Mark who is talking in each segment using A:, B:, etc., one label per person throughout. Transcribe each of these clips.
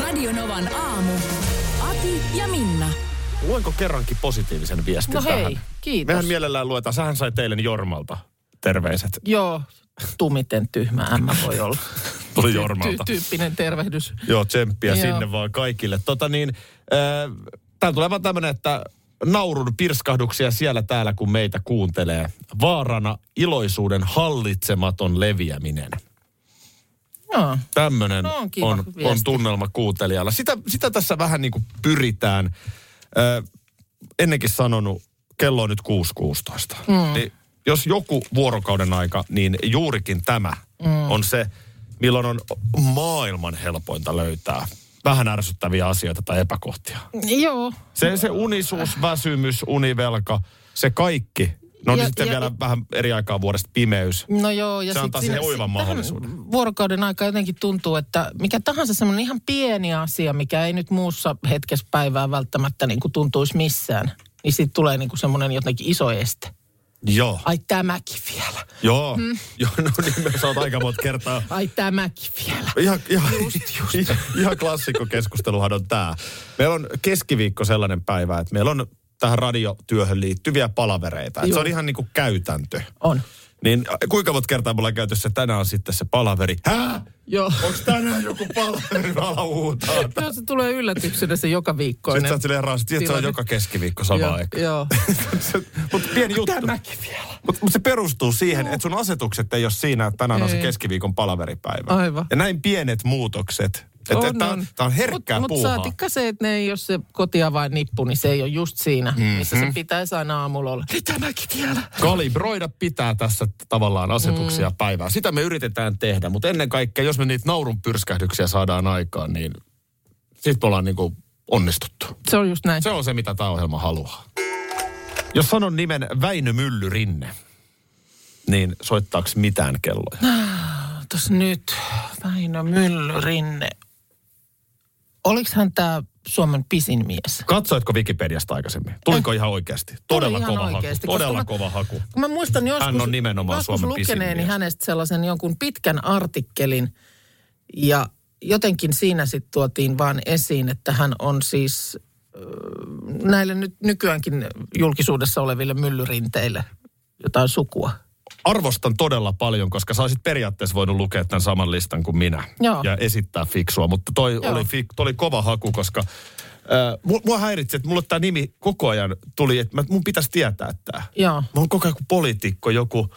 A: Radionovan aamu. Ati ja Minna.
B: Luenko kerrankin positiivisen viestin
C: No
B: tähän?
C: hei, kiitos.
B: Mehän mielellään luetaan. Sähän sai teille Jormalta terveiset.
C: Joo, tumiten tyhmä ämmä voi olla.
B: Tuli
C: Ty-
B: Jormalta.
C: tyyppinen tervehdys.
B: Joo, tsemppiä
C: Joo.
B: sinne vaan kaikille. Tota niin, äh, täällä tulee vaan tämmönen, että naurun pirskahduksia siellä täällä, kun meitä kuuntelee. Vaarana iloisuuden hallitsematon leviäminen.
C: Joo.
B: Tämmöinen
C: No, on kiva
B: on, on
C: viesti.
B: tunnelma kuuntelijalla. Sitä, sitä tässä vähän niin kuin pyritään. Ö, ennenkin sanonut, kello on nyt 6.16.
C: Hmm.
B: Mm. Niin jos joku vuorokauden aika, niin juurikin tämä
C: Hmm.
B: mm. on se, milloin on maailman helpointa löytää vähän ärsyttäviä asioita tai epäkohtia.
C: Joo.
B: Se, se unisuus, väsymys, univelka, se kaikki. No niin
C: Ja-
B: sitten
C: ja-
B: vielä vähän eri aikaa vuodesta pimeys.
C: No joo. Ja
B: Se
C: sit
B: antaa
C: siinä-
B: siihen uivan
C: sit tähän
B: mahdollisuuden.
C: Vuorokauden aika jotenkin tuntuu, että mikä tahansa semmoinen ihan pieni asia, mikä ei nyt muussa hetkessä päivää välttämättä niin kuin tuntuisi missään, niin siitä tulee niin kuin semmoinen jotenkin iso este.
B: Joo.
C: Ai tämäkin vielä.
B: Joo. Mm. Joo, no niin, sä oot aika monta kertaa
C: Ai tämäkin vielä.
B: Ihan, ihan, just. ihan klassikkokeskusteluhan on tämä. Meillä on keskiviikko sellainen päivä, että meillä on tähän radiotyöhön liittyviä palavereita. Et se
C: Joo.
B: on ihan niin kuin käytäntö.
C: On.
B: Niin ä, kuinka monta kertaa mulla on käytössä tänään on sitten se palaveri? Hää?
C: Joo.
B: Onko tänään joku palaveri? Mä alan huutaa.
C: Joo, se tulee yllätyksenä se joka viikkoinen.
B: Sitten sä oot silleen raasti, tiedät, se on
C: tilanne.
B: joka keskiviikko sama
C: Joo,
B: aika.
C: joo.
B: Mutta pieni juttu.
C: Tämäkin vielä.
B: Mutta mut se perustuu siihen, että sun asetukset ei ole siinä, että tänään ei. on se
C: Ei.
B: keskiviikon palaveripäivä.
C: Aivan.
B: Ja näin pienet muutokset. Että et, tämä on, tää on herkkää
C: mut,
B: puuhaa.
C: Mutta saatikka se, että ne ei ole se kotiavain nippu, niin se ei ole just siinä, mm-hmm. missä
B: Mhm.
C: se pitäisi aina aamulla olla. Niin tämäkin vielä.
B: Kalibroida pitää tässä t- tavallaan asetuksia mm. päivää. Sitä me yritetään tehdä, mutta ennen kaikkea, jos me niitä naurun pyrskähdyksiä saadaan aikaan, niin sit me ollaan niinku onnistuttu.
C: Se on just näin.
B: Se on se, mitä tämä ohjelma haluaa. Jos sanon nimen Väinö Mylly Rinne, niin soittaako mitään kelloja?
C: Ootas nyt, Väinö Myllyrinne. Oliko hän tämä Suomen pisin mies?
B: Katsoitko Wikipediasta aikaisemmin? Tuliko ihan oikeasti? Todella
C: Eh. ihan
B: kova
C: oikeasti,
B: haku.
C: koska
B: Todella
C: mä-
B: kova haku.
C: Kun mä muistan joskus,
B: Hän on nimenomaan
C: joskus
B: Suomen pisin
C: lukeneeni
B: mies.
C: hänestä sellaisen jonkun pitkän artikkelin ja jotenkin siinä sitten tuotiin vaan esiin, että hän on siis ö, näille nyt nykyäänkin julkisuudessa oleville myllyrinteille jotain sukua.
B: arvostan todella paljon, koska sä olisit periaatteessa voinut lukea tämän saman listan kuin minä
C: Joo.
B: ja esittää fiksua, mutta toi
C: Joo.
B: oli, fik, toi oli kova haku, koska äh, mua, mua häiritsi, että mulle tämä nimi koko ajan tuli, että mä, mun pitäisi tietää tämä.
C: Joo.
B: Mä oon koko ajan joku poliitikko, joku,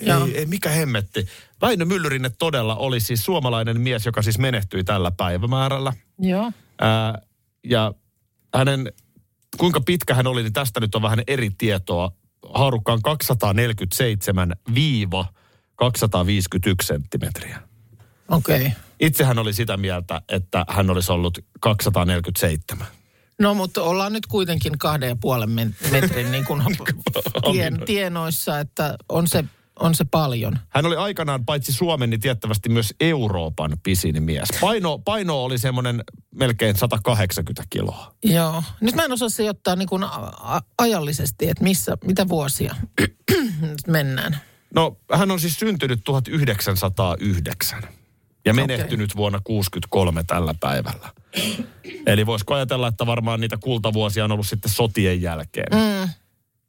C: Joo.
B: ei, ei, mikä hemmetti. Väinö Myllyrinne todella oli siis suomalainen mies, joka siis menehtyi tällä päivämäärällä.
C: Joo.
B: Ää, ja hänen, kuinka pitkä hän oli, niin tästä nyt on vähän eri tietoa. Haarukka on 247-251 senttimetriä.
C: Okei. Okay.
B: Itse hän oli sitä mieltä, että hän olisi ollut 247.
C: No mutta ollaan nyt kuitenkin kahden ja puolen men- metrin niin kuin tien, tienoissa, että on se, on se paljon.
B: Hän oli aikanaan paitsi Suomen, niin tiettävästi myös Euroopan pisin mies. Paino, paino oli semmoinen melkein 180 kiloa.
C: Joo. Nyt mä en osaa sijoittaa niin kuin a- a- ajallisesti, että missä, mitä vuosia nyt mennään.
B: No, hän on siis syntynyt 1909 ja menehtynyt okay. vuonna 63 tällä päivällä. Eli voisiko ajatella, että varmaan niitä kultavuosia on ollut sitten sotien jälkeen. Mm.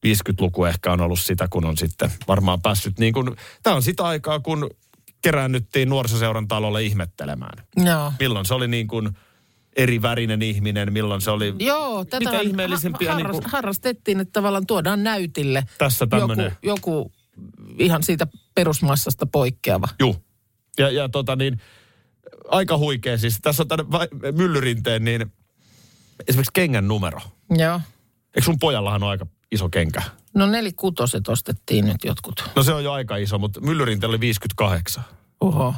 B: 50-luku ehkä on ollut sitä, kun on sitten varmaan päässyt niin kuin... Tämä on sitä aikaa, kun keräännyttiin nuorisoseuran talolle ihmettelemään.
C: Joo.
B: Milloin se oli niin kuin eri värinen ihminen, milloin se oli...
C: Joo, tätä
B: Mitä ihmeellisempiä
C: harras,
B: niin kuin-
C: harrastettiin, että tavallaan tuodaan näytille
B: Tässä tämmöinen...
C: joku, joku ihan siitä perusmassasta poikkeava.
B: Juu. Ja, ja tota niin, aika huikea siis. Tässä on tänne vai- myllyrinteen niin esimerkiksi kengän numero.
C: Joo.
B: Eikö sun pojallahan on aika iso kenkä?
C: No nelikutoset ostettiin nyt jotkut.
B: No se on jo aika iso, mutta myllyrinteellä oli 58.
C: Oho.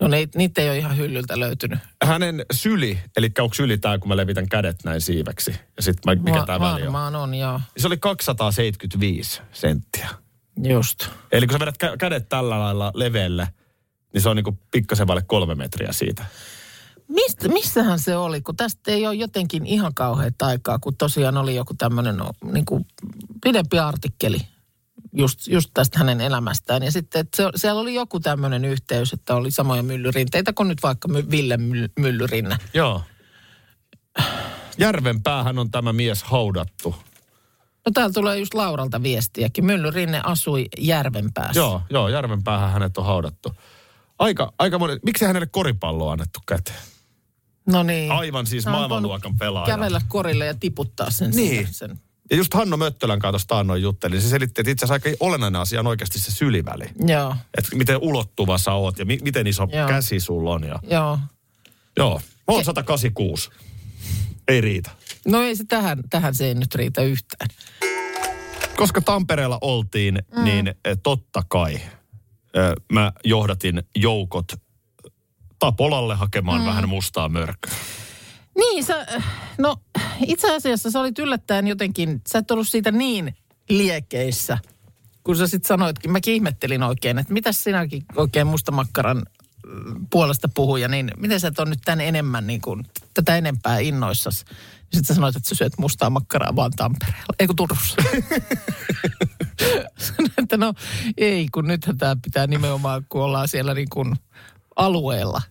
C: No ne, niitä ei ole ihan hyllyltä löytynyt.
B: Hänen syli, eli onko syli tämä, kun mä levitän kädet näin siiveksi, ja sitten mikä
C: Va-
B: tämä väli on?
C: Varmaan on, joo.
B: Se oli 275 senttiä.
C: Just.
B: Eli kun sä vedät kä- kädet tällä lailla leveelle, niin se on niinku pikkasen vaille kolme metriä siitä.
C: Mist, missähän se oli, kun tästä ei ole jotenkin ihan kauheat aikaa, kun tosiaan oli joku tämmöinen niin kuin pidempi artikkeli just, just tästä hänen elämästään. Ja sitten että se, siellä oli joku tämmöinen yhteys, että oli samoja myllyrinteitä kuin nyt vaikka My- Ville Myl- Myllyrinne.
B: Joo. Järven päähän on tämä mies haudattu.
C: No täällä tulee just Lauralta viestiäkin. Myllyrinne asui järven päässä.
B: Joo, joo, järven päähän hänet on haudattu. Aika, aika monen. Miksi hänelle koripalloa annettu käteen?
C: No niin.
B: Aivan siis
C: Hän on
B: maailmanluokan
C: voinut
B: pelaaja.
C: Kävellä korille ja tiputtaa sen.
B: Niin.
C: sinne, Sen.
B: Ja just Hanno Möttölän kanssa tuossa taannoin juttelin. Se selitti, että itse asiassa aika olennainen asia on oikeasti se syliväli.
C: Joo,
B: Että miten ulottuva sä oot ja mi- miten iso
C: Joo.
B: käsi sulla on. Ja...
C: joo.
B: Joo, mä oon 186. Ei riitä.
C: No ei se tähän, tähän se ei nyt riitä yhtään.
B: Koska Tampereella oltiin, mm. niin eh, totta kai eh, mä johdatin joukot Tapolalle hakemaan mm. vähän mustaa mörköä.
C: Niin, sä, no itse asiassa sä olit yllättäen jotenkin, sä et ollut siitä niin liekeissä, kun sä sitten sanoitkin. Mäkin ihmettelin oikein, että mitä sinäkin oikein mustamakkaran äh, puolesta puhuja, niin miten sä et ole nyt tän enemmän niin kuin, tätä enempää innoissas? Sitten sä sanoit, että sä syöt mustaa makkaraa vaan Tampereella, ei kun Turussa. Sanoin, että no ei, kun nythän tämä pitää nimenomaan, kun ollaan siellä niin kuin alueella,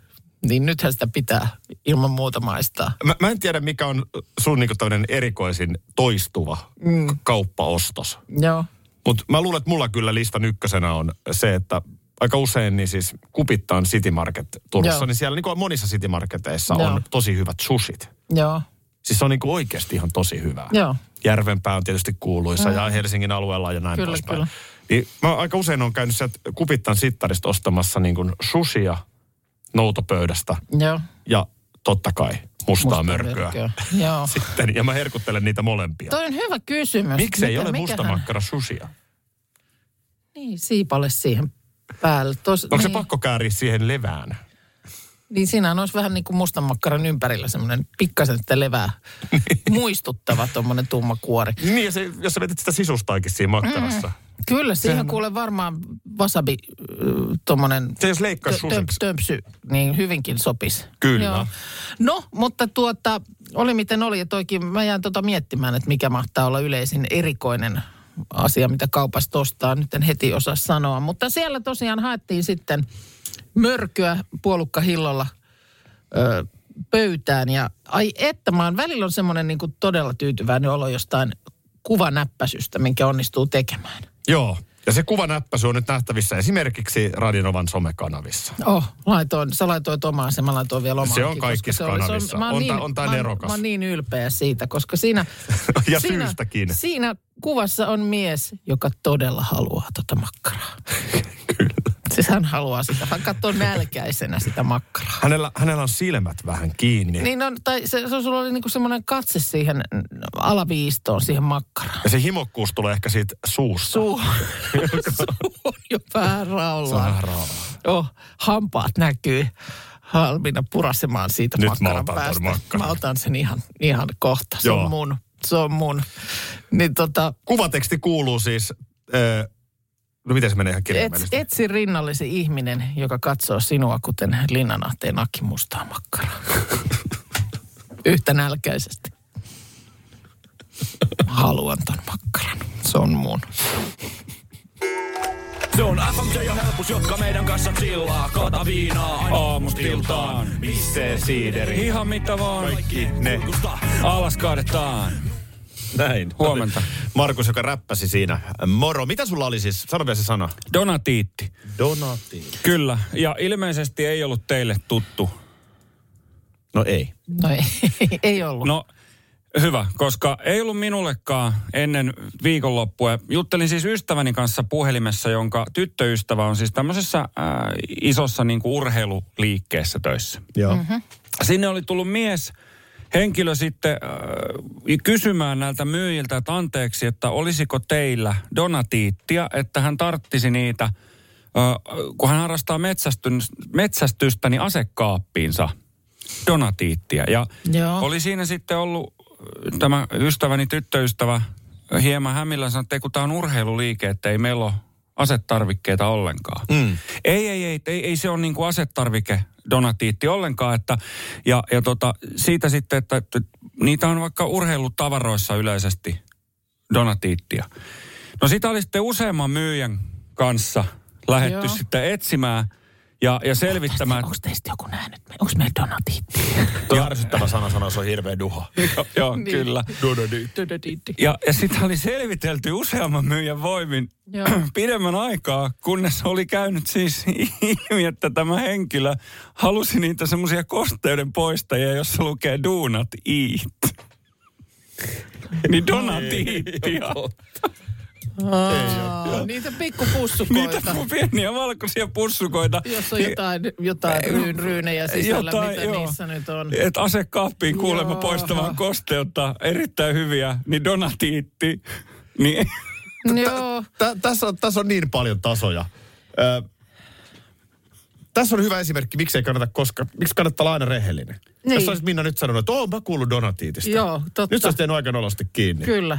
C: niin nythän sitä pitää ilman muuta maistaa.
B: Mä, mä en tiedä, mikä on sun niinku tämmönen erikoisin toistuva mm. kauppaostos.
C: Joo.
B: Mutta mä luulen, että mulla kyllä listan ykkösenä on se, että aika usein niin siis kupittaan City Market Turussa,
C: Joo.
B: niin siellä niin kuin monissa City Marketeissa
C: Joo.
B: on tosi hyvät sushit.
C: Joo,
B: Siis se on niin kuin oikeasti ihan tosi hyvää.
C: Joo. Mm.
B: Järvenpää on tietysti kuuluisa ja Helsingin alueella ja näin
C: Kyllä,
B: poispäin.
C: kyllä.
B: Niin mä aika usein on käynyt sieltä kupittan sittarista ostamassa niin kuin sushia noutopöydästä
C: joo.
B: ja totta kai mustaa,
C: Mustaa
B: mörköä.
C: mörköä. Joo.
B: Sitten, ja mä herkuttelen niitä molempia.
C: Toi on hyvä kysymys.
B: Miksi ei
C: Mikä-
B: ole
C: mikähän-
B: mustamakkara sushia?
C: Niin, siipale siihen päälle. Tos,
B: Onko
C: niin,
B: se pakko kääriä siihen levään?
C: Niin siinä olisi vähän niin kuin mustan makkaran ympärillä semmoinen pikkasen sitä levää muistuttava tuommoinen tumma kuori.
B: Niin, ja se, jos sä vetit sitä sisustaakin siinä makkarassa. Mm.
C: Kyllä, siihen kuule varmaan wasabi tuommoinen
B: Se jos leikkaa
C: tömp,
B: susiksi.
C: tömpsy, niin hyvinkin sopisi.
B: Kyllä.
C: No, mutta tuota, oli miten oli. Ja toikin mä jään tuota miettimään, että mikä mahtaa olla yleisin erikoinen asia, mitä kaupasta ostaa. Nyt en heti osaa sanoa. Mutta siellä tosiaan haettiin sitten mörkyä puolukkahillolla ö, pöytään. Ja ai että, mä oon välillä on semmoinen niin todella tyytyväinen olo jostain kuvanäppäsystä, minkä onnistuu tekemään.
B: Joo. Ja se kuvanäppäsy on nyt nähtävissä esimerkiksi Radinovan somekanavissa.
C: Oh, laitoin, sä laitoit omaa, se mä laitoin vielä omaa.
B: Se on kaikissa kanavissa.
C: mä oon
B: On tää- on tää
C: mä oon-
B: nerokas.
C: Mä oon niin ylpeä siitä, koska siinä...
B: Ja syystäkin.
C: Siinä kuvassa on mies, joka todella haluaa tota makkaraa.
B: Kyllä.
C: Siis hän haluaa sitä. Hän katsoo nälkäisenä sitä makkaraa.
B: Hänellä, hänellä on silmät vähän kiinni. Niin.
C: Niin on, tai se, se sulla oli niinku semmoinen katse siihen mm, alaviistoon, siihen makkaraan.
B: Ja se himokkuus tulee ehkä siitä suusta.
C: Suu, suu on jo vähän
B: Se on
C: raollaan.
B: vähän raakaa.
C: Joo, Oh, hampaat näkyy halmina purasemaan siitä
B: Nyt mä
C: makkaran
B: otan ton
C: päästä.
B: makkaran.
C: Mä otan sen ihan, ihan kohta. Se
B: Joo.
C: on mun. Se on mun. Niin tota,
B: Kuvateksti kuuluu siis... Äh, no miten se menee ihan
C: et,
B: kirjaimellisesti?
C: etsi rinnallesi ihminen, joka katsoo sinua, kuten linnanahteen Aki mustaa makkaraa. Yhtä nälkäisesti. Haluan ton makkaran. Se on mun.
D: Se on FMJ ja helpus, jotka meidän kanssa chillaa. Kata viinaa aamust iltaan.
B: Pissee siideri.
D: Ihan mitä vaan.
B: Kaikki ne.
D: Alas kaadetaan.
B: Näin.
D: Huomenta.
B: Markus, joka räppäsi siinä. Moro. Mitä sulla oli siis? Sano vielä se sana.
D: Donatiitti.
B: Donati.
D: Kyllä. Ja ilmeisesti ei ollut teille tuttu.
B: No ei.
C: No ei, ei ollut.
D: No, hyvä, koska ei ollut minullekaan ennen viikonloppua. Juttelin siis ystäväni kanssa puhelimessa, jonka tyttöystävä on siis tämmöisessä ää, isossa niin kuin urheiluliikkeessä töissä.
B: Joo. Mm-hmm.
D: Sinne oli tullut mies, henkilö sitten äh, kysymään näiltä myyjiltä, että anteeksi, että olisiko teillä donatiittia, että hän tarttisi niitä ö, kun hän harrastaa metsästyn- metsästystä, niin asekaappiinsa donatiittia. Ja
B: No.
C: Joo.
D: oli siinä sitten ollut ö, tämä ystäväni, tyttöystävä, äh, hieman hämillä sanoi, että ei, kun tämä on urheiluliike, että ei meillä ole asetarvikkeita ollenkaan. Mm. Ei, ei, ei, ei, ei se ole niin kuin asetarvike donatiitti ollenkaan. Että, ja ja tota, siitä sitten, että, että niitä on vaikka urheilutavaroissa yleisesti donatiittia. No sitä oli sitten useamman myyjän kanssa lähetty
C: Joo.
D: sitten etsimään ja, ja selvittämään.
C: Onko teistä joku nähnyt? Onko meillä donatiitti?
B: Tuo ärsyttävä sana sanoa, se on hirveä duha.
D: Joo, joo
C: Niin.
D: kyllä.
C: Donatiitti.
D: Ja, ja sitä oli selvitelty useamman myyjän voimin
C: Joo.
D: pidemmän aikaa, kunnes oli käynyt siis ilmi, että tämä henkilö halusi niitä semmoisia kosteuden poistajia, jossa lukee do not eat. Niin donatiittia.
C: Aa, niitä
D: Niitä
C: pikkupussukoita,
D: pieniä valkoisia pussukoita.
C: jos on jotain, jotain ryyn, ryynejä sisällä,
D: Niin, eh, Jotain,
C: mitä
D: joo. Eh,
C: niissä nyt on.
D: Et asekaappiin kuulemma
C: Joo.
D: poistamaan kosteutta, erittäin hyviä, niin donatiitti. Niin,
C: Joo.
B: Tä, tässä, on, tässä on niin paljon tasoja. Ö, tässä on hyvä esimerkiksi, miksi ei kannata koska, miksi kannattaa olla aina rehellinen.
C: Niin.
B: Niin. Jos olisit Minna nyt sanonut, että oon mä kuullut Donatiitista.
C: Joo, totta.
B: Nyt sä olisit tehnyt aika nolosti kiinni.
C: Kyllä.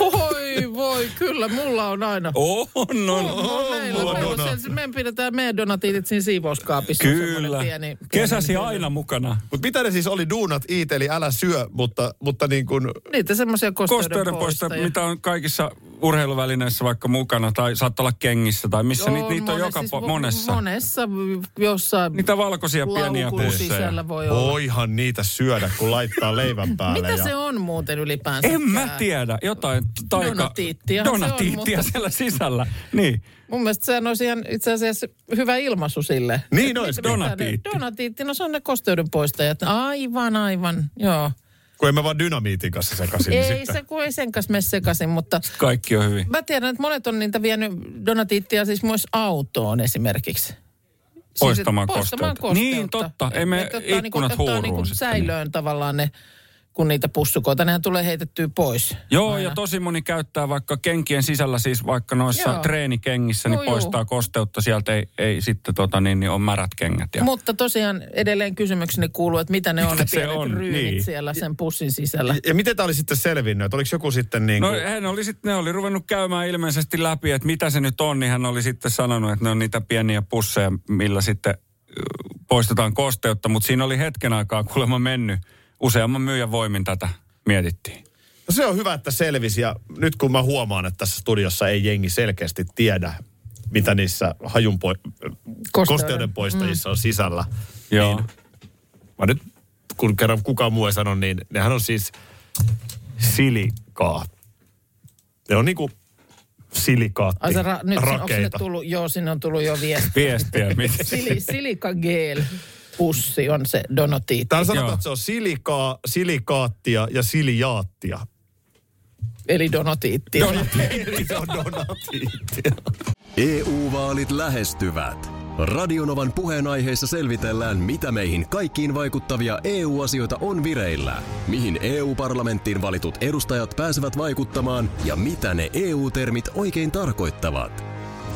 C: Voi, voi, kyllä, mulla on aina.
D: on, Oh, on.
C: Mulla on meillä,
B: mulla on
C: meillä on
B: donut.
C: se- meidän pidetään meidän donatiitit siinä siivouskaapissa. on
D: Kyllä.
C: semmoinen Pieni, pieni
D: Kesäsi aina mukana.
B: Mutta mitä ne siis oli duunat iit, eli älä syö, mutta, mutta niin kuin,
C: Niitä semmoisia kosteuden
D: Kosteudenpoista,
C: poistoja.
D: mitä on kaikissa urheiluvälineissä vaikka mukana, tai saattaa olla kengissä, tai missä niitä, niitä on
C: mones-
D: joka
C: siis
D: po-
C: mo-
D: monessa.
C: Monessa, v- jossain
D: Niitä valkoisia pieniä
C: laukun
D: pusseja.
C: sisällä voi olla.
B: voihan niitä syödä, kun laittaa leivän päälle.
C: Mitä
B: ja...
C: se on muuten ylipäänsä?
D: En mä tiedä, jotain taika...
C: Donatiittia se on,
D: Donatiittia
C: mutta-
D: siellä sisällä. Niin,
C: Mun mielestä sehän olisi ihan itse asiassa hyvä ilmaisu sille.
B: Niin olisi.
D: Mitä- Donatiitti.
C: Donatiitti, no se on ne kosteuden poistajat. Aivan, aivan, joo.
B: Kun en mä vaan dynamiitin kanssa sekaisin. niin
C: Ei
B: sitten.
C: se, kun ei sen kanssa mene sekaisin, mutta
D: kaikki on hyvin.
C: mä tiedän, että monet on niitä vienyt donatiittia siis myös autoon esimerkiksi.
D: Poistamaan
C: siis, että
D: kosteutta. Niin, totta. Ei me
C: Että ottaa niinku-
D: ikkunat
C: ottaa
D: huuruun
C: niinku
D: sitten.
C: säilöön tavallaan ne, kun niitä pussukoita, nehän tulee heitettyä pois.
D: Joo, ja tosi moni käyttää vaikka kenkien sisällä, siis vaikka noissa
C: Joo.
D: treenikengissä, niin
C: Juu, juu.
D: poistaa kosteutta. Sieltä ei, ei sitten tota niin, niin on märät kengät. Ja...
C: Mutta tosiaan edelleen kysymykseni kuuluu, että mitä ne on
D: Mitä
C: ne
D: se
C: pienet
D: on?
C: ryynit
D: Niin.
C: siellä sen pussin sisällä.
B: Ja miten tämä oli sitten selvinnyt? Että Oliko joku sitten niin
D: No
B: kuin...
D: hän oli sitten, ne oli ruvennut käymään ilmeisesti läpi, että mitä se nyt on, niin hän oli sitten sanonut, että ne on niitä pieniä pusseja, millä sitten ö, poistetaan kosteutta, mutta siinä oli hetken aikaa kuulemma mennyt. Useamman myyjän voimin tätä mietittiin.
B: No se on hyvä, että selvisi ja nyt kun mä huomaan, että tässä studiossa ei jengi selkeästi tiedä, mitä niissä hajunpo... kosteuden poistajissa mm. on sisällä.
D: Joo.
B: Niin, mä nyt, kun kerran kukaan muu ei sano, niin nehän on siis silikaa. Ne on niinku silikaatti
C: Ai se ra- nyt se- onko sinne
B: rakeita.
C: tullut, joo, sinne on tullut jo viesti.
D: Viestiä, mitä
C: Sili, silikageel pussi on se donotiitti.
B: Täällä sanotaan,
D: Joo.
B: että se on silikaa, silikaattia ja silijaattia.
C: Eli donotiitti.
B: Eli se on donatiittia.
E: EU-vaalit E lähestyvät. Radionovan puheenaiheessa selvitellään, mitä meihin kaikkiin vaikuttavia EU-asioita on vireillä, mihin EU-parlamenttiin valitut edustajat pääsevät vaikuttamaan ja mitä ne EU-termit oikein tarkoittavat.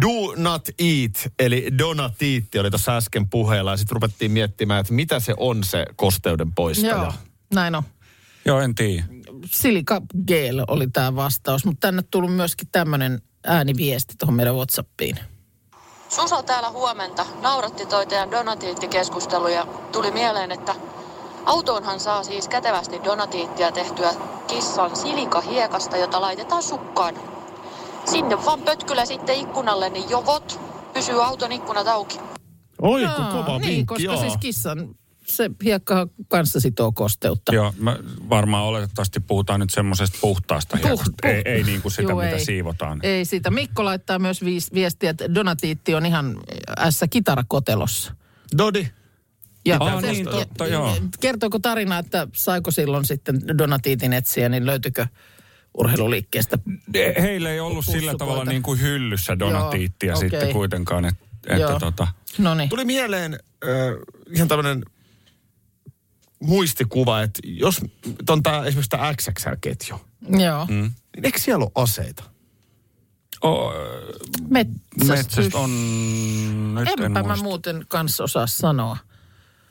B: Do not eat, eli donatiitti oli tuossa äsken puheella. Ja sitten rupettiin miettimään, että mitä se on se kosteuden poistaja.
C: Joo, näin on.
D: Joo, en tiedä.
C: Silikageel oli tämä vastaus, mutta tänne tullut myöskin tämmöinen ääniviesti tuohon meidän Whatsappiin.
F: Suso täällä huomenta. Nauratti toi teidän donatiittikeskustelu ja tuli mieleen, että autoonhan saa siis kätevästi donatiittia tehtyä kissan silikahiekasta, jota laitetaan sukkaan. Sinne vaan pötkylä sitten ikkunalle, niin jovot pysyy auton ikkunat auki.
B: Oi, kun
C: Aa,
B: kova
C: niin,
B: vinkki,
C: koska
B: joo.
C: siis kissan se hiekka kanssa sitoo kosteutta.
D: Joo, mä varmaan oletettavasti puhutaan nyt semmoisesta puhtaasta
C: Puh-
D: hiekasta.
C: puh-
D: ei, ei niin kuin sitä,
C: Juu,
D: mitä
C: ei.
D: siivotaan.
C: Ei siitä. Mikko laittaa myös viis, viestiä, että Donatiitti on ihan ässä kitarakotelossa.
B: Dodi.
C: Ja
D: Aa, niin, totta, joo.
C: Kertoiko tarina, että saiko silloin sitten Donatiitin etsiä, niin löytyikö urheiluliikkeestä?
D: He- E- Heillä ei ollut sillä
C: Pussukoita.
D: tavalla niin kuin hyllyssä donatiittia
C: Joo,
D: sitten
C: okei.
D: kuitenkaan. Et, että
C: Joo.
D: tota,
C: No niin.
B: Tuli mieleen äh, ihan tämmöinen muistikuva, että jos on tää, esimerkiksi tämä XXL-ketju,
C: Joo. Mm.
B: niin eikö siellä ole aseita?
D: o,
C: Metsästys.
D: metsästä on, nyt en
C: Enpä mä
D: muista.
C: muuten kanssa osaa sanoa.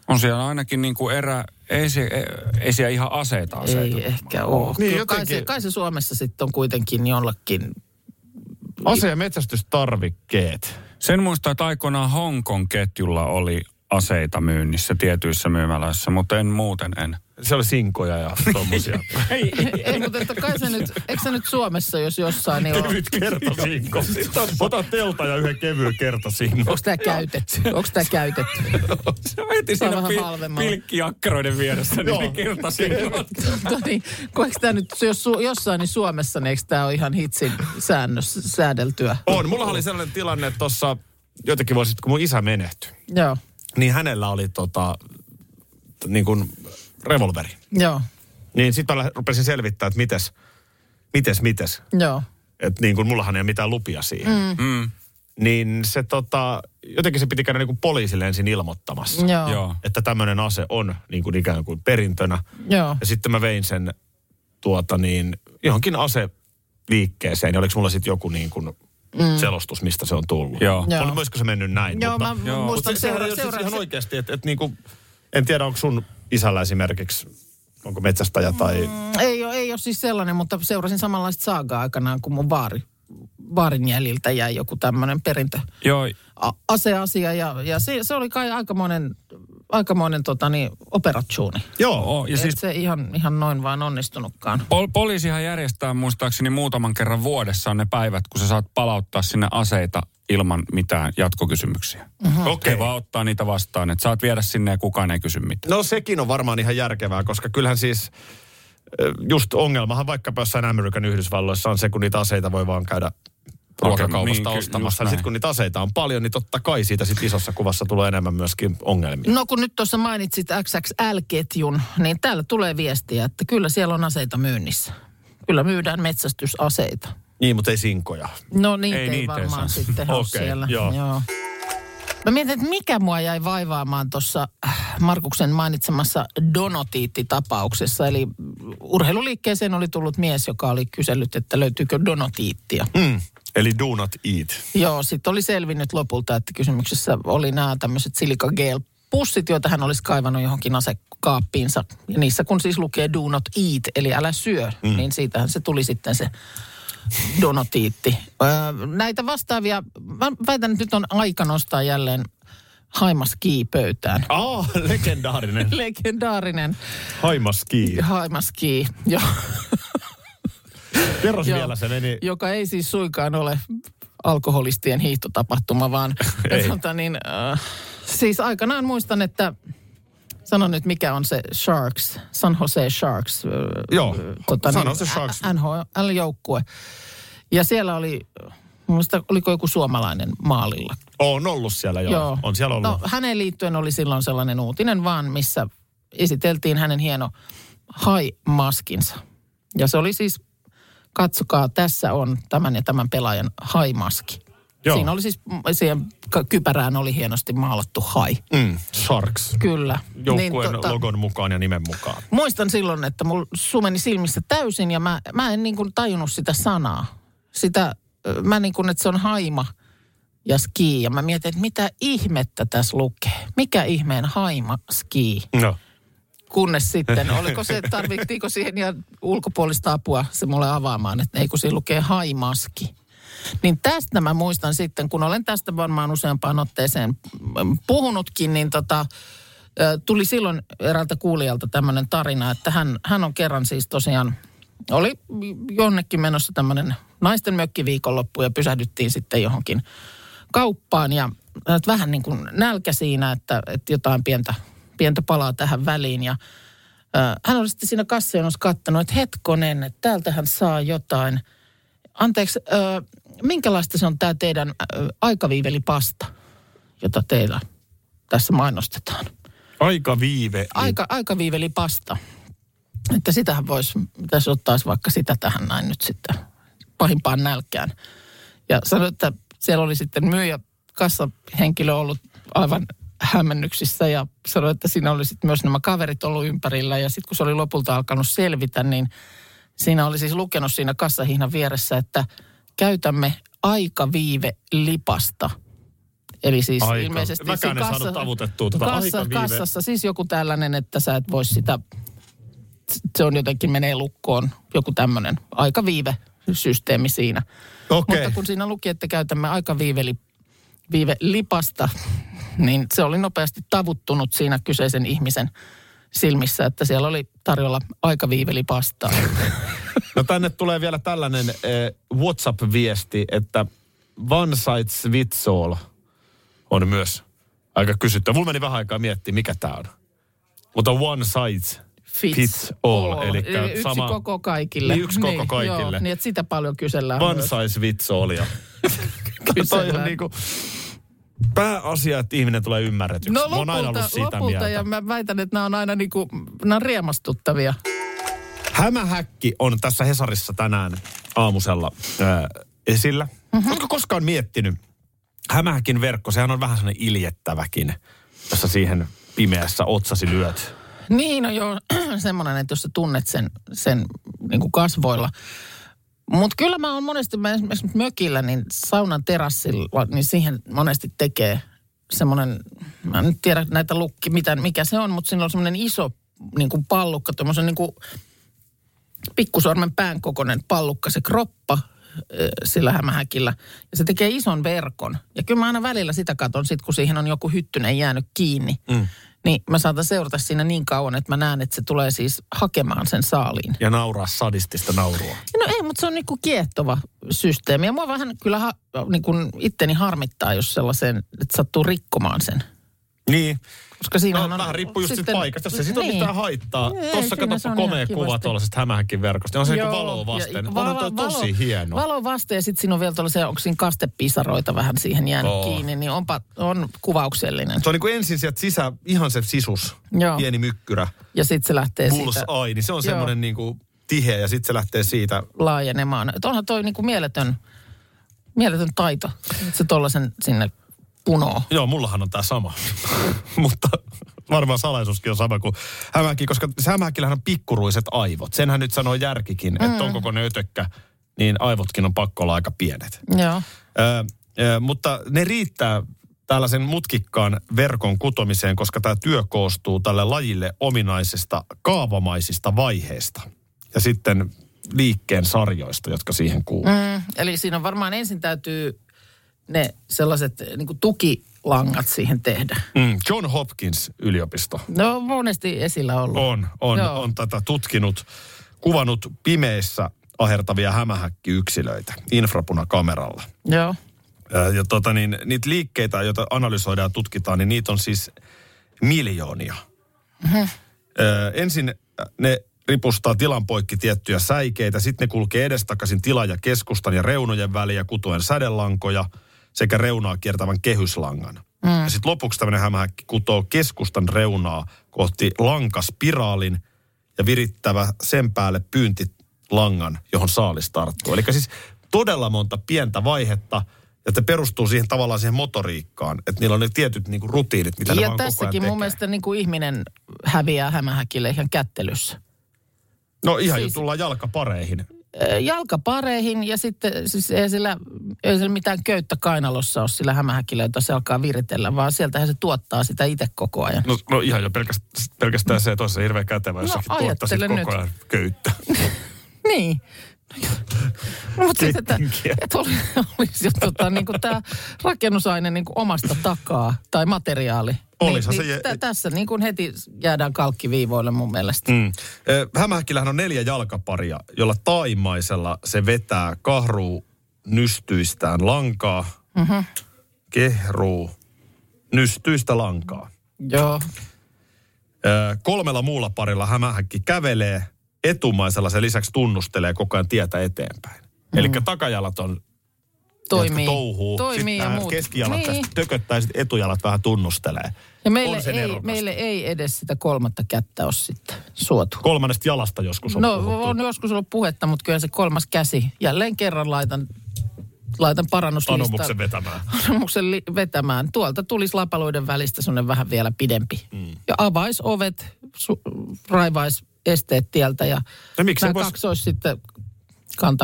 D: on siellä ainakin niin kuin erä, ei, se, ei- ei siellä ihan aseita aseita.
C: Ei ehkä ole.
B: Niin,
C: Niin, kai, se,
B: jotenkin-
C: kai se Suomessa sitten on kuitenkin jollakin.
B: Ase- ja metsästystarvikkeet.
D: Sen muistaa, että aikoinaan Hongkong-ketjulla oli aseita myynnissä tietyissä myymälöissä, mutta en muuten en.
B: Se oli sinkoja ja tommosia.
D: Ei,
C: Ei, mutta että kai se nyt, eikö se nyt Suomessa, jos jossain, niin on,
B: Kevyt kertasinko. Ota telta ja yhden kevyen kertasinko.
C: onko tämä käytetty? Onko tämä käytetty?
D: se veti
C: Se on
D: siinä
C: vähän
D: pil-
C: halvemmalla.
D: pilkkiakkaroiden vieressä, niin
B: Joo.
D: ne kertasi.
C: Mutta niin, kun eikö tämä nyt, jos su, jossain niin Suomessa, niin eikö tämä ole ihan hitsin säännös, säädeltyä?
B: On. Mulla oli sellainen tilanne tuossa jotenkin vuosi sitten, kun mun isä menehtyi.
C: Joo,
B: Niin hänellä oli tota, t- niin kuin revolveri.
C: joo,
B: Niin sitten mä lä- rupesin selvittää, että mites, mites, mites.
C: joo.
B: Että niin kuin mullahan ei ole mitään lupia siihen. Mm. Niin se tota, jotenkin se piti käydä niin kuin poliisille ensin ilmoittamassa.
C: Joo.
D: Joo.
B: Että tämmöinen ase on niin kuin ikään kuin perintönä.
C: Joo.
B: Ja sitten mä vein sen tuota niin, johonkin aseliikkeeseen. Ja oliko mulla sitten joku niin kuin mm. selostus, mistä se on tullut.
D: Joo.
C: Joo.
B: Oli, olisiko se mennyt näin?
C: Joo,
B: mutta,
C: mä
D: joo.
C: joo.
B: mutta
C: muistan
B: se, seura- seura-
C: seura-
B: seura-
C: seura-
B: siis ihan oikeasti, että et, niin kuin, en tiedä onko sun isällä esimerkiksi, onko metsästäjä tai...
C: Ei ole, ei ole siis sellainen, mutta seurasin samanlaista saagaa aikanaan, kun mun vaari, vaarin jäljiltä jäi joku tämmöinen perintö.
D: Joo,
C: a- aseasia ja, ja se, se, oli kai aikamoinen, aikamoinen tota niin, operatsuuni.
B: Joo,
D: oh, ja
C: Siis...
D: siis
C: Et se ihan, ihan noin vaan onnistunutkaan.
D: Pol- poliisihan järjestää muistaakseni muutaman kerran vuodessa on ne päivät, kun sä saat palauttaa sinne aseita ilman mitään jatkokysymyksiä.
B: Mhm.
D: Mm-hmm. Okei. Okay. vaan ottaa niitä vastaan, että saat viedä sinne ja kukaan ei kysy mitään.
B: No sekin on varmaan ihan järkevää, koska kyllähän siis ö, just ongelmahan vaikkapa jossain Amerikan Yhdysvalloissa on se, kun niitä aseita voi vaan käydä
D: Niin,
B: ruokakaupasta
D: ky- just
B: ostamassa.
D: näin.
B: Sitten kun niitä aseita on paljon, niin totta kai siitä sit isossa kuvassa tulee enemmän myöskin ongelmia.
C: No kun nyt tuossa mainitsit XXL-ketjun, niin täällä tulee viestiä, että kyllä siellä on aseita myynnissä. Kyllä myydään metsästysaseita.
B: Niin, mutta ei sinkoja.
C: No niitä
D: Ei
C: ei,
D: niitä ei
C: varmaan
D: saa.
C: sitten ole
B: Okei,
C: siellä.
B: joo.
C: joo. Mä mietin, että mikä mua jäi vaivaamaan tuossa äh, Markuksen mainitsemassa donotiittitapauksessa. Eli urheiluliikkeeseen oli tullut mies, joka oli kysellyt, että löytyykö donotiittia.
B: Mm. Eli do not eat.
C: Joo, sitten oli selvinnyt lopulta, että kysymyksessä oli nämä tämmöiset silikagel-pussit, joita hän olisi kaivannut johonkin asekaappiinsa. Ja niissä kun siis lukee do not eat, eli älä syö, mm. niin siitähän se tuli sitten se donotiitti. Öö, näitä vastaavia, mä väitän, että nyt on aika nostaa jälleen haimas pöytään.
B: Ah, legendaarinen.
C: Legendaarinen
B: Haimaski.
C: haimas kii, jo,
B: Kerros
C: Joo.
B: vielä se meni.
C: joka ei siis suinkaan ole alkoholistien hiihtotapahtuma, vaan tota niin, äh, siis aikanaan muistan, että sano nyt mikä on se Sharks, San Jose Sharks, äh,
B: Joo,
C: tota
B: sano
C: niin,
B: se Sharks.
C: NHL-joukkue. Ja siellä oli, muista, oliko joku suomalainen maalilla
B: On ollut siellä joo. joo. On siellä ollut.
C: No, häneen liittyen oli silloin sellainen uutinen vaan, missä esiteltiin hänen hieno haimaskinsa. Ja se oli siis, katsokaa, tässä on tämän ja tämän pelaajan haimaski.
B: Joo.
C: Joo. Siinä oli siis, mm, siihen k- kypärään oli hienosti maalattu hai.
B: Mm. Sharks.
C: Kyllä.
B: Joukkueen
C: tota-
B: niin, logon mukaan ja nimen mukaan.
C: Muistan silloin, että mulla sumeni silmissä täysin ja mä, mä en niin kuin tajunnut sitä sanaa. Sitä, ö, mä niin kuin, että se on haima ja ski. Ja mä mietin, että mitä ihmettä tässä lukee. Mikä ihmeen haima ski?
B: No.
C: Kunnes sitten, oliko se, tarvittiinko siihen ja ulkopuolista apua se mulle avaamaan, että ei kun siinä lukee haimaski. Niin tästä mä muistan sitten, kun olen tästä varmaan useampaan otteeseen mm, puhunutkin, niin tota, ö, tuli silloin eräältä kuulijalta tämmöinen tarina, että hän, hän on kerran siis tosiaan oli jonnekin menossa tämmöinen naisten mökkiviikonloppu ja pysähdyttiin sitten johonkin kauppaan ja et vähän niin kuin nälkä siinä, että, että jotain pientä, pientä palaa tähän väliin ja ö, hän oli sitten siinä kassajonossa kattanut, että hetkonen, että täältähän saa jotain. Anteeksi, ö, minkälaista se on tämä teidän ö, aikaviivelipasta, jota teillä tässä mainostetaan?
B: Aika viive.
C: Aika, aikaviivelipasta. Että sitähän voisi, pitäisi ottaisi vaikka sitä tähän näin nyt sitten pahimpaan nälkään. Ja sanoi, että siellä oli sitten myyjä kassahenkilö ollut aivan hämmennyksissä ja sanoi, että siinä oli sitten myös nämä kaverit ollut ympärillä. Ja sitten kun se oli lopulta alkanut selvitä, niin siinä oli siis lukenut siinä kassahihnan vieressä, että käytämme aikaviive lipasta. Eli siis
B: Aika.
C: ilmeisesti
B: Mäkään
C: siinä
B: en saanut tavutettua tätä aikaviive-
C: kassassa siis joku tällainen, että sä et voi sitä, se on jotenkin menee lukkoon, joku tämmöinen aikaviive systeemi siinä.
B: Okei.
C: Mutta kun siinä luki, että käytämme aika viiveli, viive lipasta, niin se oli nopeasti tavuttunut siinä kyseisen ihmisen silmissä, että siellä oli tarjolla aika viivelipastaa.
B: No tänne tulee vielä tällainen eh, WhatsApp-viesti, että one size fits all on myös aika kysyttävä. Mulla meni vähän aikaa miettiä, mikä tämä on. Mutta one size fits, all, eli
C: yksi
B: sama
C: koko kaikille.
B: Niin, yksi koko kaikille.
C: Joo, niin että sitä paljon kysellään.
B: one
C: myös.
B: size fits all. Ja toi on
C: Kysellään.
B: niinku, pääasia, että ihminen tulee ymmärretyksi.
C: No
B: Mä oon aina
C: lopulta,
B: ollut siitä
C: lopulta
B: mieltä.
C: ja mä väitän, että nämä on aina niinku, nämä on riemastuttavia.
B: Hämähäkki on tässä Hesarissa tänään aamusella ää, esillä.
C: Mhm.
B: Mm-hmm. Oletko koskaan miettinyt? Hämähäkin verkko, sehän on vähän sellainen iljettäväkin, jossa siihen pimeässä otsasi lyöt.
C: Niin, no joo, semmoinen, että jos sä tunnet sen, sen niin kuin kasvoilla. Mutta kyllä mä oon monesti, mä esimerkiksi mökillä, niin saunan terassilla, niin siihen monesti tekee semmoinen, mä en nyt tiedä näitä lukki, mitä, mikä se on, mutta siinä on semmoinen iso niin kuin pallukka, tuommoisen niin kuin pikkusormen pään kokoinen pallukka, se kroppa ö, sillä hämähäkillä. Ja se tekee ison verkon. Ja kyllä mä aina välillä sitä katon, sit kun siihen on joku hyttynen jäänyt kiinni. Mm. Niin mä saatan seurata siinä niin kauan, että mä näen, että se tulee siis hakemaan sen saaliin.
B: Ja nauraa sadistista naurua.
C: No ei, mutta se on niinku kiehtova systeemi. Ja mua vähän kyllä ha, niinku itteni harmittaa, jos sellaisen, että sattuu rikkomaan sen.
B: Niin.
C: Koska siinä
B: No,
C: on...
B: vähän riippuu just sitten, paikasta. Jos ei siitä niin. ole mitään haittaa.
C: Ei,
B: Tuossa
C: siinä se
B: katsoppa
C: on
B: komea
C: ihan
B: kuva
C: kivasti.
B: tuollaisesta hämähäkin verkosta. On se niin valoa vasten.
C: ja-
B: Onhan toi tosi hieno.
C: Valo vasten ja sitten siinä on vielä tuollaisia, onko siinä kastepisaroita vähän siihen jäänyt
B: Oo.
C: kiinni, niin onpa, on kuvauksellinen.
B: Se on niin kuin ensin sieltä sisä, ihan se sisus,
C: Joo.
B: pieni mykkyrä,
C: Ja sitten se lähtee siitä
B: bullseye, niin se on semmoinen niin kuin tiheä ja sitten se lähtee siitä
C: laajenemaan. Et onhan toi niinku mieletön, mieletön taito, että se tollasen sinne punoo.
B: Joo, mullahan on tämä sama. Mutta varmaan salaisuuskin on sama kuin hämähäkki, koska se hämähäkillähän on pikkuruiset aivot. Senhän nyt sanoo järkikin, mm. että on koko ne ötökkä, niin aivotkin on pakko olla aika pienet.
C: Joo.
B: Ö, ö, mutta ne riittää tällaisen mutkikkaan verkon kutomiseen, koska tämä työ koostuu tälle lajille ominaisista kaavamaisista vaiheista. Ja sitten liikkeen sarjoista, jotka siihen kuuluu. Mm.
C: Mm, eli siinä on varmaan ensin täytyy ne sellaiset niinku tukilangat siihen tehdä.
B: Mm. John Hopkins yliopisto.
C: No on monesti esillä ollut.
B: On, on,
C: Joo.
B: on tätä tutkinut, kuvannut pimeissä ahertavia hämähäkkiyksilöitä infrapunakameralla.
C: Joo.
B: Ö, Ja tota niin, niitä liikkeitä, joita analysoidaan ja tutkitaan, niin niitä on siis miljoonia. Ö, ensin äh, ne ripustaa tilan poikki tiettyjä säikeitä, sitten ne kulkee edestakaisin tila- ja keskustan ja reunojen väliä kutoen sädelankoja sekä reunaa kiertävän kehyslangan. Mm. Ja sitten lopuksi tämmöinen hämähäkki kutoo keskustan reunaa kohti lankaspiraalin ja virittävä sen päälle pyyntilangan, johon saalis tarttuu. Eli siis todella monta pientä vaihetta, ja se perustuu siihen tavallaan siihen motoriikkaan, että niillä on ne tietyt niinku rutiinit, mitä ne
C: ja
B: vaan koko ajan
C: tässäkin
B: tekee.
C: mun mielestä niin kuin ihminen häviää hämähäkille ihan kättelyssä.
B: No ihan siis...
C: Siis-
B: jo tullaan jalkapareihin.
C: Ö, Jalkapareihin ja sitten siis ei sillä, ei sillä mitään köyttä kainalossa ole sillä hämähäkillä, jota se alkaa viritellä, vaan sieltähän se tuottaa sitä itse koko ajan.
B: No, no ihan jo pelkästään, pelkästään se, että olisi se hirveän kätevä, Mm.
C: jos No, säkin tuottaisit ajattele koko nyt. ajan
B: köyttä.
C: Niin. Mutta siis, että, että oli, olisi jo tota, niin tämä rakennusaine niin kuin omasta takaa tai materiaali.
B: Olisahan
C: niin,
B: se
C: niin,
B: je-
C: tä- tässä niin kuin heti jäädään kalkkiviivoille mun mielestä.
B: Mm. Eh, Hämähäkillähän on neljä jalkaparia, jolla taimaisella se vetää kahruu nystyistään lankaa, mm-hmm. kehruu nystyistä lankaa.
C: Joo.
B: Eh, Kolmella muulla parilla hämähäkki kävelee, etumaisella se lisäksi tunnustelee koko ajan tietä eteenpäin. Mm. Eli takajalat on,
C: Toimii.
B: jotka touhuu.
C: Toimii
B: Sitten
C: ja
B: nämä
C: muut.
B: keskijalat
C: niin.
B: tästä tököttää ja sitten etujalat vähän tunnustelee.
C: Ja meille
B: on sen
C: ei,
B: erokasta.
C: meille ei edes sitä kolmatta kättä ole sitten suotu.
B: Kolmannesta jalasta joskus on
C: No
B: puhuttu.
C: on joskus ollut puhetta, mutta kyllä se kolmas käsi. Jälleen kerran laitan, laitan parannuslistan.
B: Anomuksen vetämään.
C: anomuksen li- vetämään. Tuolta tulisi lapaloiden välistä semmoinen vähän vielä pidempi. Mm. Ja avais ovet, su- raivais esteet tieltä ja
B: No miksi
C: nämä
B: se vois-
C: kaksi olisi sitten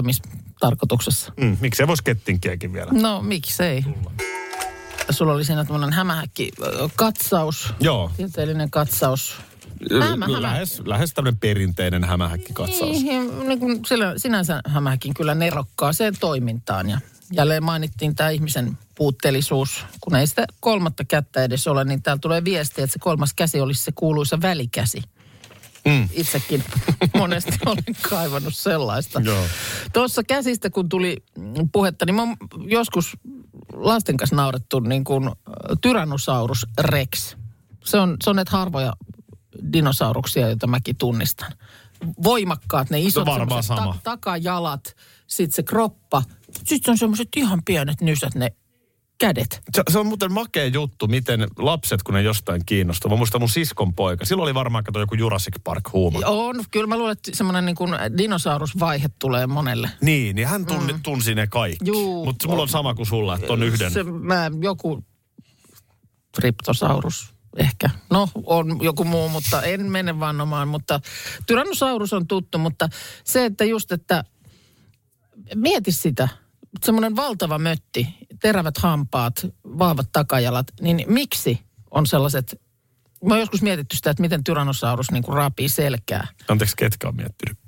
C: kantamistarkoituksessa.
B: Mm, miksei voisi kettinkiäkin vielä?
C: No miksei. Sulla oli siinä tämmöinen hämähäkki ö, katsaus,
B: Joo.
C: tieteellinen katsaus. Hämä, hämä.
B: lähes, lähes tämmöinen perinteinen hämähäkkikatsaus.
C: Niin, niin kuin sillä, sinänsä hämähäkin kyllä nerokkaaseen toimintaan. Ja jälleen mainittiin tämä ihmisen puutteellisuus. Kun ei sitä kolmatta kättä edes ole, niin täällä tulee viesti, että se kolmas käsi olisi se kuuluisa välikäsi. Mm. Itsekin monesti olen kaivannut sellaista.
B: Joo.
C: Tuossa käsistä, kun tuli mm, puhetta, niin mä oon joskus lasten kanssa naurettu niin kuin äh, Tyrannosaurus Rex. Se on, se on näitä harvoja dinosauruksia, joita mäkin tunnistan. Voimakkaat ne isot
B: No varmaan
C: semmoset
B: sama.
C: takajalat, sitten se kroppa. Sitten on semmoiset ihan pienet nysät ne kädet.
B: Se, se on muuten makea juttu, miten lapset, kun ne jostain kiinnostuu. Mä muistan mun siskon poika. Silloin oli varmaan kato joku Jurassic Park huuma.
C: On, kyllä mä luulen, että semmoinen niin kuin dinosaurusvaihe tulee monelle.
B: Niin, niin hän tunni, mm. tunsi ne kaikki.
C: Juu.
B: Mutta mulla on sama kuin sulla, että on yhden.
C: Se, mä, joku triptosaurus ehkä. No, on joku muu, mutta en mene vannomaan. Mutta tyrannosaurus on tuttu, mutta se, että just, että mieti sitä. Semmoinen valtava mötti, terävät hampaat, vahvat takajalat. Niin miksi on sellaiset... Mä oon joskus mietitty sitä, että miten tyrannosaurus niin raapii selkää
B: Anteeksi, ketkä on miettinyt?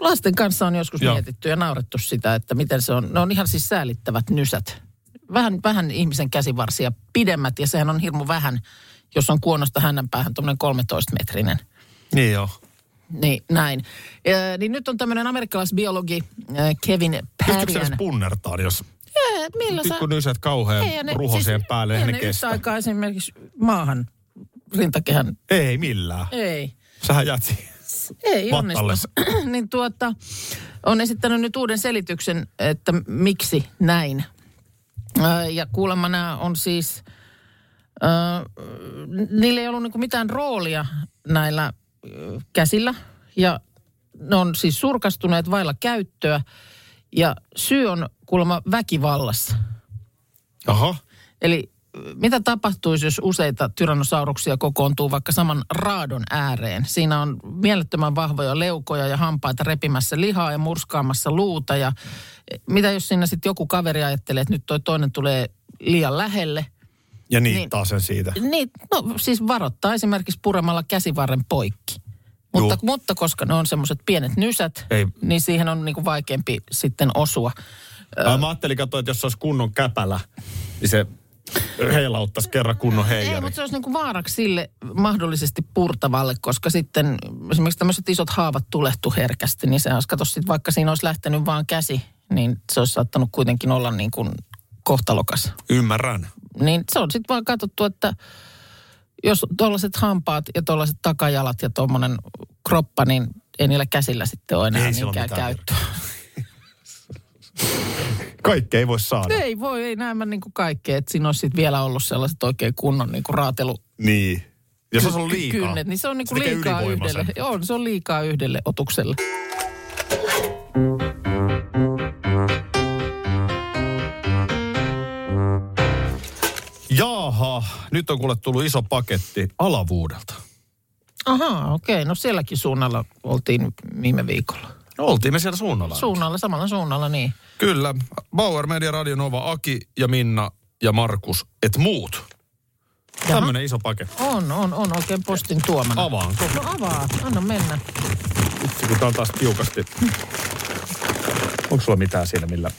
C: lasten kanssa on joskus
B: Joo.
C: Joo. mietitty ja naurettu sitä, että miten se on. Ne on ihan siis säälittävät nysät. Vähän, vähän ihmisen käsivarsia pidemmät ja sehän on hirmu vähän, jos on kuonosta hännän päähän tuommoinen 13-metrinen.
B: Niin joo.
C: Niin, näin. Ee, niin nyt on tämmöinen amerikkalaisbiologi äh, Kevin
B: Pystytkö se edes
C: Pärian.
B: punnertaan, jos
C: Ee, Millä sä...
B: pikku nysät kauhean
C: Eihän siis
B: ruhoseen päälle,
C: eihän
B: eihän ne
C: ne yhtä
B: kestä?
C: aikaa esimerkiksi maahan rintakehän.
B: Ei millään.
C: Ei.
B: Sähän jäät siihen.
C: Ei
B: Vattalle.
C: onnistu. niin tuota, on esittänyt nyt uuden selityksen, että miksi näin. Ö, Ja kuulemma nämä on siis, ö, niillä ei ollut niinku mitään roolia näillä ö, käsillä. Ja ne on siis surkastuneet vailla käyttöä. Ja syy on kuulemma väkivallassa.
B: Aha.
C: Eli ö, mitä tapahtuisi, jos useita tyrannosauruksia kokoontuu vaikka saman raadon ääreen? Siinä on mielettömän vahvoja leukoja ja hampaita repimässä lihaa ja murskaamassa luuta. Ja e, mitä jos siinä sitten joku kaveri ajattelee, että nyt toi toinen tulee liian lähelle?
B: Ja niittaa niin.
C: Niin.
B: taas sen siitä.
C: Niin, no siis varoittaa esimerkiksi puremalla käsivarren poikki. Mutta,
B: Juu.
C: mutta koska ne on semmoiset pienet nysät,
B: Ei.
C: Ei. niin siihen on niinku vaikeampi sitten osua.
B: Ää, mä ajattelin katsoa, että jos se olisi kunnon käpälä, niin se heilauttaisi kerran kunnon
C: Ei,
B: heijari.
C: mutta se olisi niinku vaaraksi sille mahdollisesti purtavalle, koska sitten esimerkiksi tämmöiset isot haavat tulehtu herkästi, niin se olisi, kato sit, vaikka siinä olisi lähtenyt vaan käsi, niin se olisi saattanut kuitenkin olla niin kuin kohtalokas.
B: Ymmärrän.
C: Niin se on sitten vaan katsottu, että jos tuollaiset hampaat ja tuollaiset takajalat ja tuommoinen kroppa, niin ei niillä käsillä sitten ole enää
B: Ei sillä
C: niinkään
B: mitään
C: käyttöä.
B: Kaikkea ei voi saada.
C: Ei voi, ei näemmä niin kuin kaikkea, että siinä olisi sitten vielä ollut sellaiset oikein kunnon niin kuin raatelu,
B: Niin. Jos se on liikaa.
C: Kynnet, niin se on niinku
B: Se tekee
C: liikaa
B: ylivoimaisen.
C: yhdelle. On, se on liikaa yhdelle otukselle.
B: Jaaha, nyt on kuule tullut iso paketti alavuudelta.
C: Ahaa, okei. Okay. No sielläkin suunnalla oltiin viime viikolla.
B: No, oltiin me siellä suunnalla.
C: Suunnalla, samalla suunnalla, niin.
B: Kyllä. Bauer Media Radio Nova, Aki ja Minna ja Markus, et muut. Tämmönen iso paketti.
C: On, on, on oikein postin tuomana.
B: Avaan.
C: No avaa, anna mennä.
B: Vitsi, kun tää on taas tiukasti Onko sulla mitään siinä, millä...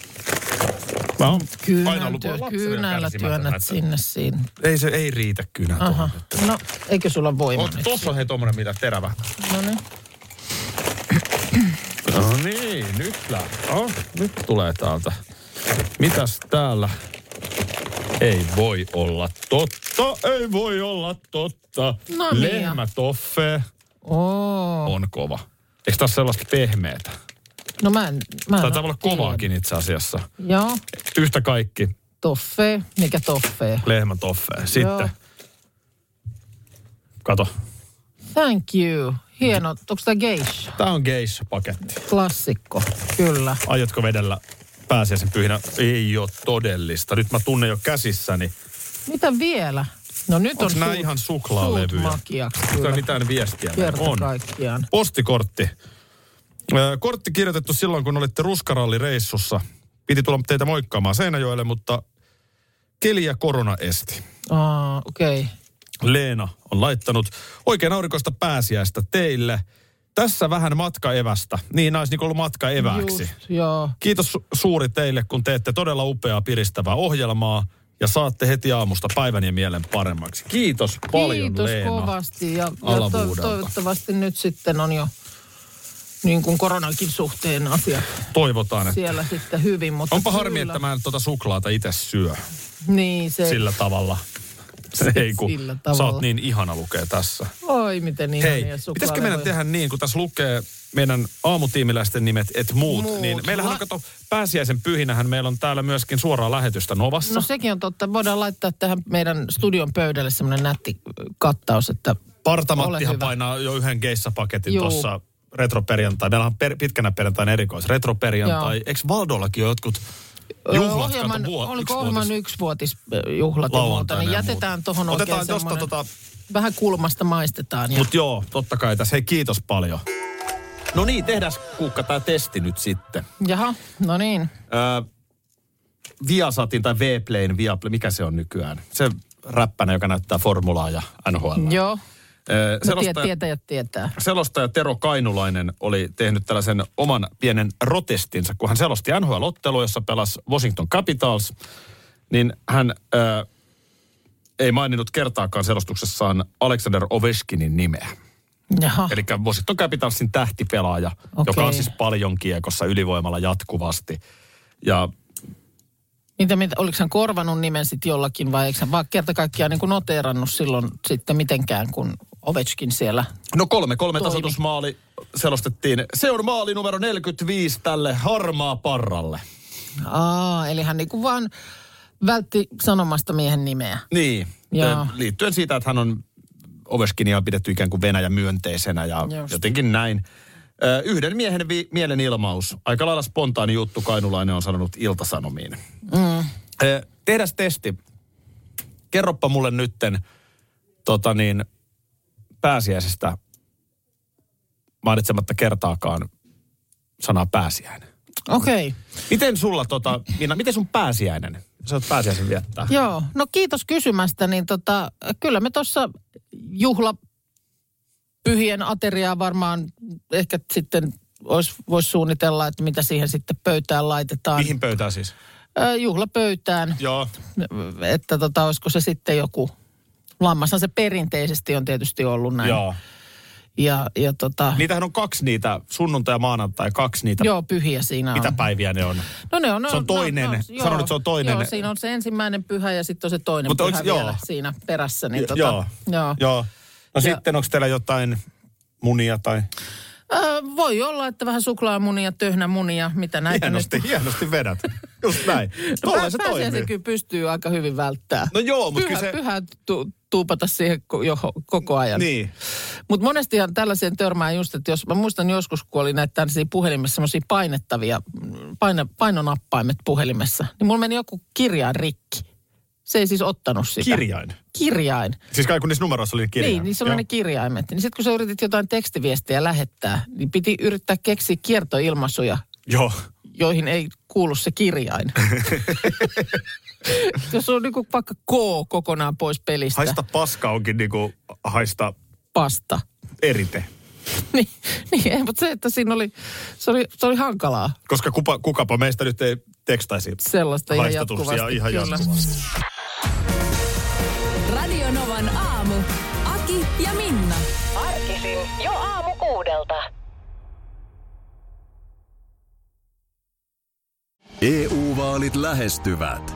B: Mä oon aina
C: Kynällä,
B: lupa-
C: työ,
B: lapsena
C: kynällä
B: kärsimätön,
C: työnnät
B: että
C: sinne siinä.
B: Ei se ei riitä kynä
C: Aha.
B: tuohon.
C: No, eikö sulla voima
B: Oot,
C: nyt?
B: Ah. tossa on hei tommonen mitä terävä.
C: No niin.
B: No niin, nyt lähtee. Oh, nyt tulee täältä. Mitäs täällä? Ei voi olla totta, ei voi olla totta.
C: No niin.
B: Lehmätoffe
C: Oo.
B: on kova. Eikö tässä sellaista pehmeätä?
C: No mä en, mä en
B: Taitaa olla
C: tiedä.
B: kovaakin itse asiassa.
C: Joo.
B: Yhtä kaikki
C: Toffee. Mikä toffee?
B: lehmätoffe. Sitten.
C: Joo.
B: Kato.
C: Thank you. Hieno. Onko tämä geisha?
B: Tää on geisha-paketti.
C: Klassikko. Kyllä.
B: Aiotko vedellä pääsiäisen pyhinä? Ei ole todellista. Nyt mä tunnen jo käsissäni.
C: Mitä vielä? No nyt
B: Onks
C: on
B: nää
C: suut-
B: ihan suklaalevyjä?
C: Suut makiaksi
B: Kyllä.
C: kyllä.
B: mitään viestiä.
C: Kerta
B: on.
C: kaikkiaan.
B: Postikortti. Ö, Kortti kirjoitettu silloin, kun olitte ruskarallireissussa. Piti tulla teitä moikkaamaan Seinäjoelle, mutta keli ja korona esti.
C: Aa, okei. Okay.
B: Leena on laittanut oikein aurinkoista pääsiäistä teille. Tässä vähän matkaevästä. Niin, nais niinku ollut matkaeväksi.
C: Just, joo.
B: Kiitos su- suuri teille, kun teette todella upeaa piristävää ohjelmaa ja saatte heti aamusta päivän ja mielen paremmaksi. Kiitos paljon
C: Kiitos
B: Leena.
C: kovasti ja, ja to,
B: Alavuudelta.
C: toivottavasti nyt sitten on jo niin kuin koronankin suhteen asiat
B: Toivotaan, että
C: siellä sitten hyvin. Mutta
B: Onpa harmi,
C: kyllä-
B: että mä en tuota suklaata itse syö
C: Niin se,
B: sillä tavalla. Se ei kun
C: Sillä
B: sä
C: tavalla.
B: oot niin ihana lukee tässä.
C: oi miten
B: Hei,
C: ihania
B: pitäisikö meidän
C: suklaalevoja.
B: tehdä niin, kun tässä lukee meidän aamutiimiläisten nimet, et muut,
C: Muut.
B: niin meillähän on,
C: La-
B: kato, pääsiäisen pyhinähän meillä on täällä myöskin suoraa lähetystä Novassa.
C: No sekin on totta. Voidaan laittaa tähän meidän studion pöydälle semmoinen nätti ö, kattaus, että Ole
B: Partamattihan
C: hyvä.
B: painaa jo yhden geissapaketin
C: Juu.
B: tuossa retroperjantai. Meillä on per, pitkänä perjantaina erikois. Retroperjantai.
C: Joo.
B: Eikö Valdollakin ole jotkut
C: ö,
B: juhlat?
C: ohjelman,
B: kato, vuo-
C: oliko
B: yksivuotis-
C: ohjelman yksivuotisjuhlat ja muuta,
B: lauantaina
C: niin
B: ja muuta.
C: jätetään tuohon oikein
B: Otetaan josta
C: semmoinen-
B: tota,
C: Vähän kulmasta maistetaan. Ja...
B: Mutta joo, totta kai tässä. Hei, kiitos paljon. No niin, tehdään Kuukka tämä testi nyt sitten.
C: Jaha, no niin.
B: Öö, Viasatin tai Vplayn, Viaplay, mikä se on nykyään? Se räppänä, joka näyttää formulaa ja NHL.
C: Joo.
B: Öö,
C: No, tie,
B: selostaja,
C: tietäjät tietää.
B: selostaja Tero Kainulainen oli tehnyt tällaisen oman pienen rotestinsa, kun hän selosti NHL-ottelua, jossa pelasi Washington Capitals, niin hän öö, ei maininnut kertaakaan selostuksessaan Alexander Ovechkinin nimeä.
C: Oh. Jaha,
B: Eli Washington Capitalsin tähtipelaaja, okay.
C: Okei.
B: joka on siis paljon kiekossa ylivoimalla jatkuvasti. Ja
C: mitä, mitä, oliko hän korvanut nimen sitten jollakin vai eikö hän vaan kerta kaikkiaan niin kuin noteerannut silloin sitten mitenkään, kun Ovechkin siellä.
B: no kolme, kolme
C: Toimi.
B: tasoitusmaali selostettiin. Se on maali numero 45 tälle harmaa parralle.
C: Aa, eli hän niin kuin vaan vältti sanomasta miehen nimeä.
B: Niin,
C: Joo.
B: Ö, liittyen siitä, että hän on Oveshkinia pidetty ikään kuin Venäjä myönteisenä ja
C: Just.
B: jotenkin näin. Ö, Yhden miehen vi- mielenilmaus. Aika lailla spontaani juttu Kainulainen on sanonut iltasanomiin. Mm. Tehdäs testi. Kerroppa mulle nytten tota niin, pääsiäisestä mainitsematta kertaakaan sanaa pääsiäinen.
C: Okei,
B: Miten sulla tota, Minna, miten sun pääsiäinen? Sä oot pääsiäisen viettää.
C: joo. No kiitos kysymästä. Niin tota, kyllä me tuossa juhla pyhien ateriaa varmaan ehkä sitten voisi suunnitella, että mitä siihen sitten pöytään laitetaan.
B: Mihin pöytään siis?
C: Ö, juhlapöytään,
B: Joo.
C: että tota, olisiko se sitten joku, lammashan se perinteisesti on tietysti ollut näin.
B: Joo.
C: Ja, ja tota,
B: Niitähän on kaksi niitä, sunnuntai ja maanantai, kaksi niitä.
C: joo, pyhiä siinä
B: Mitä
C: on.
B: päiviä ne on?
C: No ne on,
B: Se on toinen. Sano nyt, se on toinen.
C: Joo, siinä on se ensimmäinen pyhä ja sitten on se toinen
B: Mutta
C: Mutta
B: oliko-
C: pyhä vielä
B: joo.
C: siinä perässä. Niin tota,
B: joo.
C: joo.
B: joo. No
C: Ja-
B: sitten onko teillä jotain munia tai...
C: Ö, voi olla, että vähän suklaamunia, töhnämunia, mitä näitä
B: Hienosti,
C: nyt. No
B: hienosti vedät. Just näin. Tuolla se
C: Pää- pääsiäisen
B: toimii.
C: kyllä pystyy aika hyvin välttää.
B: No joo, mut
C: pyhä,
B: kyllä se-
C: Pyhä tu, tuupata siihen ko- jo, koko ajan.
B: Niin.
C: Mutta monestihan tällaiseen törmää just, että jos, mä muistan joskus, kun oli näitä tällaisia puhelimessa semmoisia painettavia, paino, painonappaimet puhelimessa, niin mulla meni joku kirjain rikki. Se ei siis ottanut sitä.
B: Kirjain.
C: Kirjain.
B: Siis kai kun niissä numeroissa oli kirjain.
C: Niin, niin se on ne kirjaimet. Niin sitten kun sä yritit jotain tekstiviestiä lähettää, niin piti yrittää keksiä kiertoilmaisuja,
B: Joo.
C: joihin ei kuulu se kirjain. Jos on niinku vaikka K kokonaan pois pelistä,
B: Haista paska onkin niinku haista
C: pasta.
B: erite.
C: niin, niin ei, mutta se, että siinä oli, se oli, se oli hankalaa
B: Koska kupa, kukapa meistä nyt ei tekstaisi
C: sellaista ihan
B: haistatuksia
C: jatkuvasti.
B: ihan
C: kyllä.
B: jatkuvasti.
A: Radio Novan aamu. Aki ja Minna.
G: Arkisin jo aamu kuudelta.
E: EU-vaalit E lähestyvät.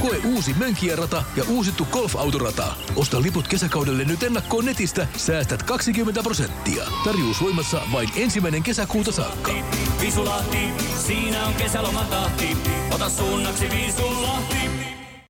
H: Koe uusi Mönkijärata ja uusittu golfautorata. Osta liput kesäkaudelle nyt ennakkoon netistä, säästät 20 prosenttia. Tarjous voimassa vain ensimmäinen kesäkuuta saakka.
I: Visulahti, siinä on kesälomatahti. Ota suunnaksi Visulahti.